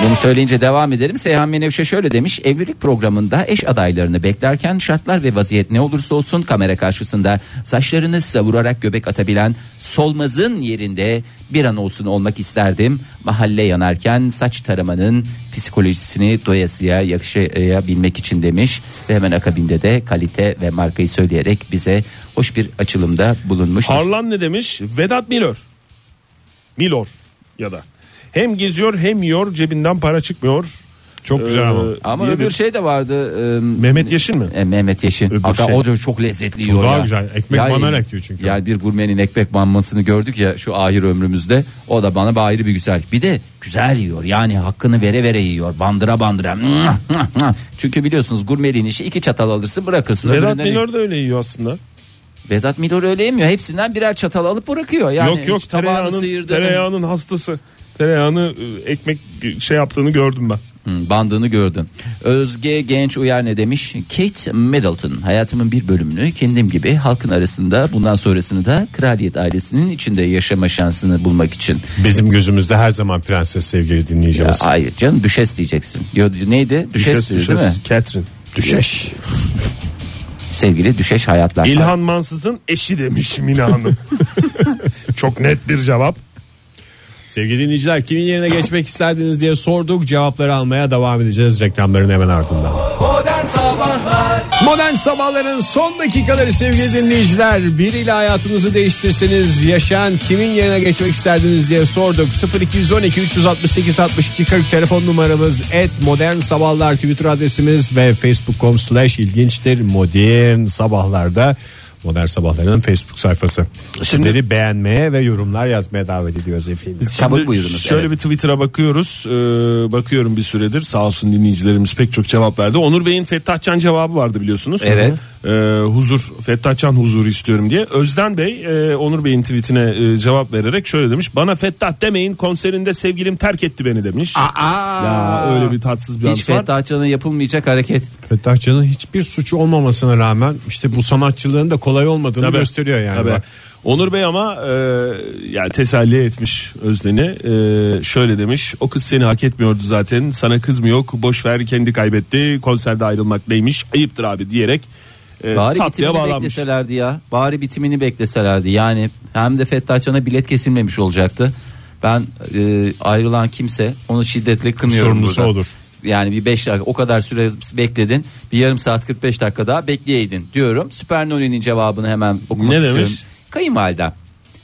[SPEAKER 6] Bunu söyleyince devam edelim. Seyhan Menevşe şöyle demiş. Evlilik programında eş adaylarını beklerken şartlar ve vaziyet ne olursa olsun kamera karşısında saçlarını savurarak göbek atabilen solmazın yerinde bir an olsun olmak isterdim. Mahalle yanarken saç taramanın psikolojisini doyasıya yaşayabilmek için demiş. Ve hemen akabinde de kalite ve markayı söyleyerek bize hoş bir açılımda bulunmuş.
[SPEAKER 5] Harlan ne demiş? Vedat Milor. Milor ya da. Hem geziyor hem yiyor cebinden para çıkmıyor. Ee,
[SPEAKER 2] Çok güzel ama.
[SPEAKER 6] Ama
[SPEAKER 5] diye
[SPEAKER 6] öbür
[SPEAKER 5] bir-
[SPEAKER 6] şey de vardı. e,
[SPEAKER 5] Mehmet Yeşil mi?
[SPEAKER 6] E, Mehmet Yeşin.
[SPEAKER 5] Öbür
[SPEAKER 6] Hatta
[SPEAKER 5] şey.
[SPEAKER 6] o da çok lezzetli yiyor
[SPEAKER 2] daha
[SPEAKER 6] ya.
[SPEAKER 2] güzel. Ekmek manar ekliyor çünkü.
[SPEAKER 6] Yani bir gurmenin ekmek banmasını gördük ya şu ahir ömrümüzde. O da bana bir ayrı bir güzel. Bir de güzel yiyor. Yani hakkını vere vere yiyor. Bandıra bandıra. çünkü biliyorsunuz gurmeliğin işi iki çatal alırsın bırakırsın.
[SPEAKER 5] Vedat
[SPEAKER 6] Öbüründen-
[SPEAKER 5] Milor da öyle yiyor aslında.
[SPEAKER 6] Vedat Milor öyle yemiyor. Hepsinden birer çatal alıp bırakıyor. Yani
[SPEAKER 5] yok yok
[SPEAKER 6] tabağını
[SPEAKER 5] tereyağının,
[SPEAKER 6] sıyırdığını-
[SPEAKER 5] tereyağının hastası. Tereyağını e, ekmek şey yaptığını gördüm ben.
[SPEAKER 6] Hmm, bandını gördüm. Özge Genç Uyar ne demiş? Kate Middleton hayatımın bir bölümünü kendim gibi halkın arasında bundan sonrasını da kraliyet ailesinin içinde yaşama şansını bulmak için.
[SPEAKER 2] Bizim gözümüzde her zaman prenses sevgili
[SPEAKER 6] Ya,
[SPEAKER 2] dinleyeceğiz.
[SPEAKER 6] hayır canım düşes diyeceksin. Yo, neydi?
[SPEAKER 5] şey
[SPEAKER 6] Düşes, diyor, değil mi?
[SPEAKER 5] Catherine.
[SPEAKER 2] Düşeş.
[SPEAKER 6] Sevgili düşeş hayatlar.
[SPEAKER 5] İlhan Mansız'ın eşi demiş Mina Hanım. Çok net bir cevap.
[SPEAKER 2] Sevgili dinleyiciler kimin yerine geçmek isterdiniz diye sorduk. Cevapları almaya devam edeceğiz reklamların hemen ardından.
[SPEAKER 1] Modern Sabahlar
[SPEAKER 2] Modern sabahların son dakikaları sevgili dinleyiciler. Biriyle hayatınızı değiştirseniz yaşayan kimin yerine geçmek isterdiniz diye sorduk. 0212 368 62 40 telefon numaramız et modern sabahlar twitter adresimiz ve facebook.com slash ilginçtir modern sabahlarda modern sabahların facebook sayfası. Sizleri beğenmeye ve yorumlar yazmaya davet ediyoruz efendim.
[SPEAKER 6] Çabuk
[SPEAKER 5] Şimdi
[SPEAKER 6] buyurunuz,
[SPEAKER 5] Şöyle
[SPEAKER 6] evet.
[SPEAKER 5] bir Twitter'a bakıyoruz. Ee, bakıyorum bir süredir. Sağ olsun dinleyicilerimiz pek çok cevap verdi. Onur Bey'in Fettahçan cevabı vardı biliyorsunuz.
[SPEAKER 6] Evet.
[SPEAKER 5] Ee, huzur, Fettahçan huzuru istiyorum diye. Özden Bey e, Onur Bey'in tweetine e, cevap vererek şöyle demiş. Bana Fettah demeyin konserinde sevgilim terk etti beni demiş. Ya öyle bir tatsız bir
[SPEAKER 6] Hiç
[SPEAKER 5] an var.
[SPEAKER 6] Fettahçı'nın yapılmayacak hareket.
[SPEAKER 2] Fettahçı'nın hiçbir suçu olmamasına rağmen işte bu sanatçılığın da kolay olmadığını
[SPEAKER 5] Tabii.
[SPEAKER 2] gösteriyor yani.
[SPEAKER 5] Tabii.
[SPEAKER 2] Bak.
[SPEAKER 5] Onur Bey ama e, yani teselli etmiş Özden'i. E, şöyle demiş. O kız seni hak etmiyordu zaten. Sana kız mı yok? Boş ver kendi kaybetti. Konserde ayrılmak neymiş? Ayıptır abi diyerek e,
[SPEAKER 6] Bari
[SPEAKER 5] tatlıya
[SPEAKER 6] bitimini
[SPEAKER 5] bağlanmış.
[SPEAKER 6] bekleselerdi ya. Bari bitimini bekleselerdi. Yani hem de Fettahçan'a bilet kesilmemiş olacaktı. Ben e, ayrılan kimse onu şiddetle kınıyorum
[SPEAKER 2] Sorumlusu
[SPEAKER 6] burada.
[SPEAKER 2] odur.
[SPEAKER 6] Yani bir 5 dakika o kadar süre bekledin. Bir yarım saat 45 dakika daha bekleyeydin diyorum. Süper Noni'nin cevabını hemen okumak
[SPEAKER 5] Ne
[SPEAKER 6] istiyorum.
[SPEAKER 5] demiş?
[SPEAKER 6] Kayınvalide.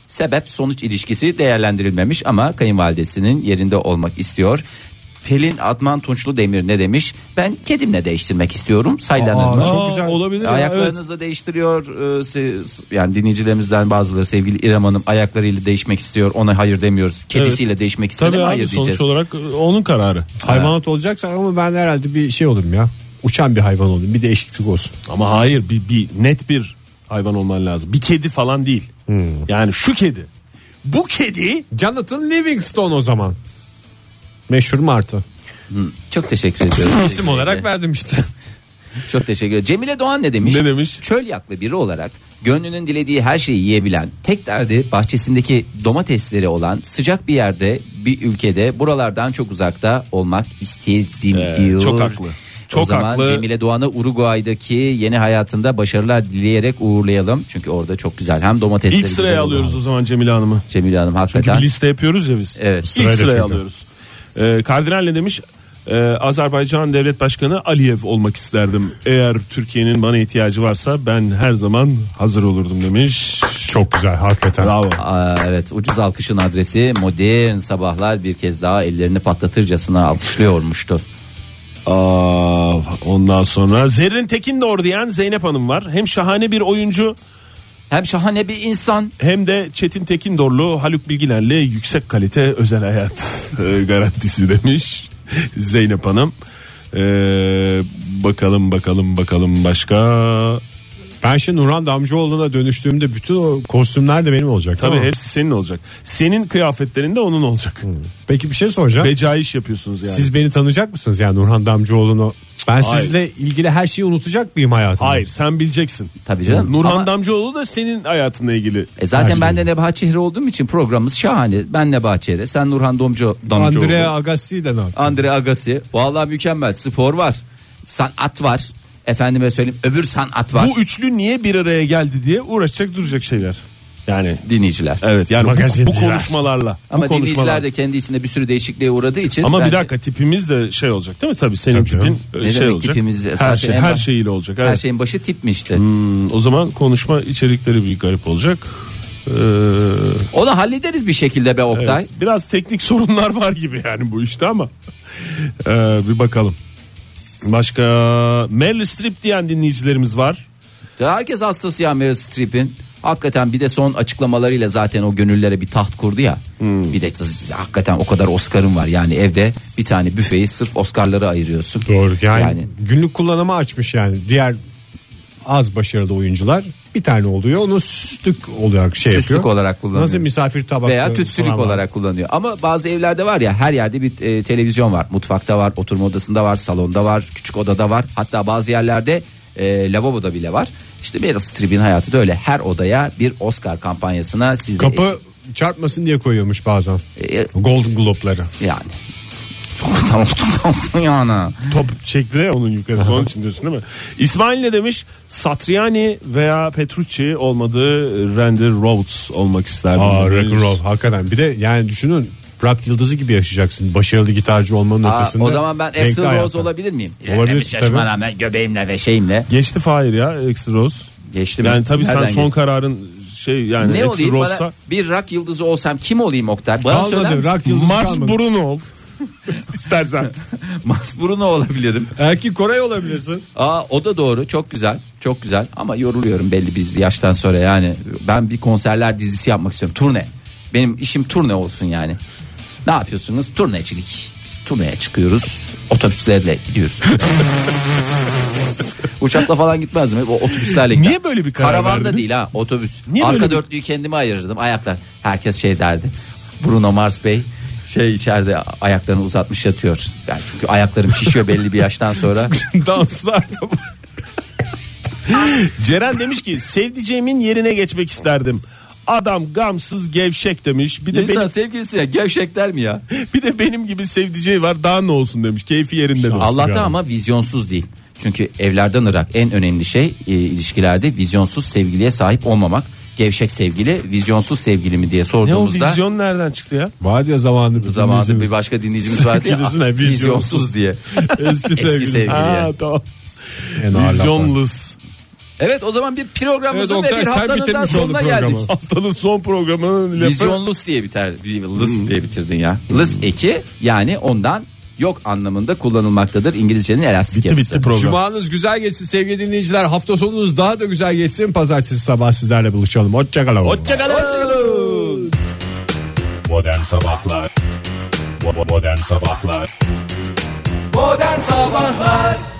[SPEAKER 6] Sebep sonuç ilişkisi değerlendirilmemiş ama kayınvalidesinin yerinde olmak istiyor. Pelin Adman Tunçlu Demir ne demiş? Ben kedimle değiştirmek istiyorum. Saylanır mı?
[SPEAKER 2] Çok
[SPEAKER 5] Aa,
[SPEAKER 2] güzel.
[SPEAKER 5] Olabilir ya, evet.
[SPEAKER 6] Ayaklarınızla değiştiriyor. e, se- s- Yani dinleyicilerimizden bazıları sevgili İrem Hanım ayaklarıyla değişmek istiyor. Ona hayır demiyoruz. Kedisiyle değişmek istene
[SPEAKER 5] Tabii
[SPEAKER 6] mi
[SPEAKER 5] abi,
[SPEAKER 6] hayır
[SPEAKER 5] sonuç
[SPEAKER 6] diyeceğiz.
[SPEAKER 5] olarak e, onun kararı.
[SPEAKER 2] Hayvanat olacaksa ama ben herhalde bir şey olurum ya. Uçan bir hayvan olayım. Bir değişiklik olsun.
[SPEAKER 5] Ama hayır bir, bir net bir hayvan olman lazım. Bir kedi falan değil. Yani şu kedi. Bu kedi
[SPEAKER 2] Jonathan Livingstone o zaman. Meşhur martı.
[SPEAKER 6] Çok teşekkür ediyorum.
[SPEAKER 2] İsim olarak verdim işte.
[SPEAKER 6] Çok teşekkür ederim. Cemile Doğan ne demiş?
[SPEAKER 5] Ne demiş?
[SPEAKER 6] Çöl yaklı biri olarak gönlünün dilediği her şeyi yiyebilen, tek derdi bahçesindeki domatesleri olan sıcak bir yerde, bir ülkede buralardan çok uzakta olmak istedim
[SPEAKER 5] Ee,
[SPEAKER 6] diyor.
[SPEAKER 5] çok haklı.
[SPEAKER 6] o
[SPEAKER 5] Çok
[SPEAKER 6] zaman
[SPEAKER 5] haklı.
[SPEAKER 6] Cemile Doğan'ı Uruguay'daki yeni hayatında başarılar dileyerek uğurlayalım. Çünkü orada çok güzel hem domatesleri
[SPEAKER 5] ilk sıraya
[SPEAKER 6] güzel
[SPEAKER 5] alıyoruz
[SPEAKER 6] olan-
[SPEAKER 5] o zaman Cemile Hanım'ı.
[SPEAKER 6] Cemile Hanım
[SPEAKER 5] Çünkü
[SPEAKER 6] hakikaten.
[SPEAKER 5] bir liste yapıyoruz ya biz.
[SPEAKER 6] Evet.
[SPEAKER 5] İlk
[SPEAKER 2] Sırayla
[SPEAKER 5] sıraya
[SPEAKER 2] çünkü.
[SPEAKER 5] alıyoruz. Ee, Kardinal ne demiş? Ee, Azerbaycan Devlet Başkanı Aliyev olmak isterdim. Eğer Türkiye'nin bana ihtiyacı varsa ben her zaman hazır olurdum demiş.
[SPEAKER 2] Çok güzel hakikaten.
[SPEAKER 5] Bravo.
[SPEAKER 6] Aa, evet ucuz alkışın adresi modern sabahlar bir kez daha ellerini patlatırcasına alkışlıyormuştu.
[SPEAKER 5] Aa, ondan sonra Zerrin Tekin doğru diyen Zeynep Hanım var. Hem şahane bir oyuncu
[SPEAKER 6] Hem şahane bir insan.
[SPEAKER 5] hem de Çetin Tekin Dorlu Haluk Bilginer'le yüksek kalite özel hayat e, garantisi demiş Zeynep Hanım. Ee, bakalım bakalım bakalım başka
[SPEAKER 2] Ben şimdi Nurhan Damcıoğlu'na dönüştüğümde bütün o kostümler de benim olacak.
[SPEAKER 5] Tabii
[SPEAKER 2] tamam mı?
[SPEAKER 5] hepsi senin olacak. Senin kıyafetlerin de onun olacak.
[SPEAKER 2] Peki bir şey soracağım.
[SPEAKER 5] Becaiş yapıyorsunuz yani.
[SPEAKER 2] Siz beni tanıyacak mısınız yani Nurhan Damcıoğlu'nu? Ben
[SPEAKER 5] Hayır.
[SPEAKER 2] sizle ilgili her şeyi unutacak mıyım hayatımda?
[SPEAKER 5] Hayır sen bileceksin.
[SPEAKER 6] Tabii canım.
[SPEAKER 5] Nurhan
[SPEAKER 6] Ama-
[SPEAKER 5] Damcıoğlu da senin hayatınla ilgili.
[SPEAKER 6] E zaten
[SPEAKER 2] Tercih
[SPEAKER 6] ben de Nebahat Çehre olduğum için programımız şahane. Ben Nebahat Çehre, sen Nurhan Domco, Damcıoğlu.
[SPEAKER 2] Andrea Agassi'yi de ne yapayım?
[SPEAKER 6] Andre Agassi. Vallahi mükemmel. Spor var. Sanat var. Efendime söyleyeyim öbür sanat var.
[SPEAKER 5] Bu üçlü niye bir araya geldi diye uğraşacak duracak şeyler. Yani
[SPEAKER 6] dinleyiciler.
[SPEAKER 5] evet yani bu, bu
[SPEAKER 2] Magazinciler.
[SPEAKER 5] konuşmalarla. bu
[SPEAKER 6] Ama dinleyiciler
[SPEAKER 5] konuşmalarla.
[SPEAKER 6] de kendi içinde bir sürü değişikliğe uğradığı için.
[SPEAKER 5] Ama bir
[SPEAKER 6] bence
[SPEAKER 5] dakika tipimiz de şey olacak değil mi? Tabii senin
[SPEAKER 2] Tabii canım.
[SPEAKER 5] tipin e,
[SPEAKER 6] Ne
[SPEAKER 5] şey
[SPEAKER 6] demek
[SPEAKER 5] olacak.
[SPEAKER 6] tipimiz? Zaten
[SPEAKER 5] her şey
[SPEAKER 6] en
[SPEAKER 5] her
[SPEAKER 6] baş-
[SPEAKER 5] şeyiyle olacak.
[SPEAKER 6] Her şey.
[SPEAKER 5] Evet.
[SPEAKER 6] şeyin başı tipmişti.
[SPEAKER 5] Hmm, O zaman konuşma içerikleri bir garip olacak. Ee,
[SPEAKER 6] Onu hallederiz bir şekilde be Oktay.
[SPEAKER 5] Evet, biraz teknik sorunlar var gibi yani bu işte ama Ee, bir bakalım. Başka Meryl Streep diyen dinleyicilerimiz var.
[SPEAKER 6] Ya Herkes hastası ya Meryl Streep'in. Hakikaten bir de son açıklamalarıyla zaten o gönüllere bir taht kurdu ya.
[SPEAKER 2] Hmm.
[SPEAKER 6] Bir de siz- hakikaten o kadar Oscar'ın var. Yani evde bir tane büfeyi sırf Oscar'lara ayırıyorsun.
[SPEAKER 2] Doğru yani,
[SPEAKER 6] Yani
[SPEAKER 2] günlük kullanıma açmış yani diğer az başarılı oyuncular bir tane oluyor. Onu süslük olarak şey
[SPEAKER 6] Süslük
[SPEAKER 2] yapıyor.
[SPEAKER 6] olarak kullanıyor.
[SPEAKER 2] Nasıl misafir tabakları
[SPEAKER 6] Veya tütsülük
[SPEAKER 2] falan var.
[SPEAKER 6] olarak kullanıyor. Ama bazı evlerde var ya her yerde bir e, televizyon var. Mutfakta var, oturma odasında var, salonda var, küçük odada var. Hatta bazı yerlerde e, lavaboda bile var. İşte Meryl Streep'in hayatı da öyle. Her odaya bir Oscar kampanyasına siz de
[SPEAKER 2] Kapı çarpmasın diye koyuyormuş bazen.
[SPEAKER 6] E,
[SPEAKER 2] Golden Globe'ları.
[SPEAKER 6] eş- yani. Tam oturtansın yani.
[SPEAKER 5] Top şekli ya onun yukarısı onun için diyorsun değil mi? İsmail ne demiş? Satriani veya Petrucci olmadığı Randy Rhoads olmak isterdim.
[SPEAKER 2] Aa
[SPEAKER 5] demiş.
[SPEAKER 2] rock and roll hakikaten. Bir de yani düşünün rock yıldızı gibi yaşayacaksın. Başarılı gitarcı olmanın
[SPEAKER 6] Aa,
[SPEAKER 2] ötesinde.
[SPEAKER 6] o zaman ben
[SPEAKER 2] renkli
[SPEAKER 6] Axl Rose
[SPEAKER 2] hayatlar.
[SPEAKER 6] olabilir miyim?
[SPEAKER 2] Olabilirsin
[SPEAKER 6] Olabilir. Şaşma
[SPEAKER 2] tabii.
[SPEAKER 6] rağmen göbeğimle ve şeyimle.
[SPEAKER 5] Geçti Fahir ya Axl Rose.
[SPEAKER 6] Geçti mi?
[SPEAKER 5] Yani tabii sen
[SPEAKER 6] Nereden
[SPEAKER 5] son
[SPEAKER 6] geçti?
[SPEAKER 5] kararın şey yani
[SPEAKER 6] ne
[SPEAKER 5] Axl
[SPEAKER 6] olayım
[SPEAKER 5] Rose'sa
[SPEAKER 6] bana bir rock yıldızı olsam kim olayım Oktay? Bana söyler
[SPEAKER 2] Kalmadı
[SPEAKER 6] misin?
[SPEAKER 2] rock yıldızı
[SPEAKER 5] Mars
[SPEAKER 2] kalmadı.
[SPEAKER 5] Bruno ol. İstersen.
[SPEAKER 6] Mars Bruno olabilirim.
[SPEAKER 2] Erkin Koray olabilirsin.
[SPEAKER 6] Aa o da doğru. Çok güzel. Çok güzel. Ama yoruluyorum belli biz yaştan sonra yani. Ben bir konserler dizisi yapmak istiyorum. Turne. Benim işim turne olsun yani. Ne yapıyorsunuz? Turnecilik. Biz turneye çıkıyoruz. Otobüslerle gidiyoruz. Uçakla falan gitmezdim. Hep o otobüslerle gider.
[SPEAKER 5] Niye böyle bir karar
[SPEAKER 6] Karavanda
[SPEAKER 5] verdiniz?
[SPEAKER 6] değil ha otobüs.
[SPEAKER 5] Niye
[SPEAKER 6] Arka
[SPEAKER 5] böyle bir-
[SPEAKER 6] dörtlüyü kendime ayırırdım. Ayaklar. Herkes şey derdi. Bruno Mars Bey şey içeride ayaklarını uzatmış yatıyor. Yani çünkü ayaklarım şişiyor belli bir yaştan sonra.
[SPEAKER 5] Danslar da var. Ceren demiş ki sevdiceğimin yerine geçmek isterdim. Adam gamsız gevşek demiş. Bir de
[SPEAKER 6] İnsan
[SPEAKER 5] benim,
[SPEAKER 6] sevgilisi ya gevşekler mi ya?
[SPEAKER 5] bir de benim gibi sevdiceği var. Daha ne olsun demiş. Keyfi yerinde demiş.
[SPEAKER 6] Allah'ta ama vizyonsuz değil. Çünkü evlerden ırak en önemli şey e, ilişkilerde vizyonsuz sevgiliye sahip olmamak. Gevşek sevgili, vizyonsuz sevgili mi diye
[SPEAKER 5] Ne o
[SPEAKER 6] sorduğumuzda
[SPEAKER 5] vizyon nereden çıktı ya?
[SPEAKER 2] Var ya zamanı bizim
[SPEAKER 6] zamanında
[SPEAKER 2] bizim.
[SPEAKER 6] bir başka dinleyicimiz vardı ya.
[SPEAKER 2] Sevgilisine
[SPEAKER 6] "Ah,
[SPEAKER 2] vizyonsuz."
[SPEAKER 6] vizyonsuz diye.
[SPEAKER 2] eski sevgili.
[SPEAKER 6] sevgili.
[SPEAKER 5] Ha, tamam.
[SPEAKER 2] En ağır laflar.
[SPEAKER 5] Vizyonless.
[SPEAKER 6] Evet o zaman bir
[SPEAKER 2] Evet
[SPEAKER 6] programımızın ve
[SPEAKER 2] Oktay
[SPEAKER 6] bir
[SPEAKER 2] sen
[SPEAKER 6] haftanın daha
[SPEAKER 2] bitirmiş oldun
[SPEAKER 6] sonuna geldik.
[SPEAKER 2] programı.
[SPEAKER 5] Haftanın son programının lafı.
[SPEAKER 6] Vizyonlus diye biter. Lıs diye bitirdin ya. Lıs eki yani ondan yok anlamında kullanılmaktadır İngilizcenin elastik
[SPEAKER 5] Bitti bitti program.
[SPEAKER 2] Cumanız güzel geçsin sevgili dinleyiciler. Hafta sonunuz daha da güzel geçsin. Pazartesi sabah sizlerle buluşalım. Hoşçakalın.
[SPEAKER 9] Modern Sabahlar Bo- bo- Modern Sabahlar
[SPEAKER 1] Modern Sabahlar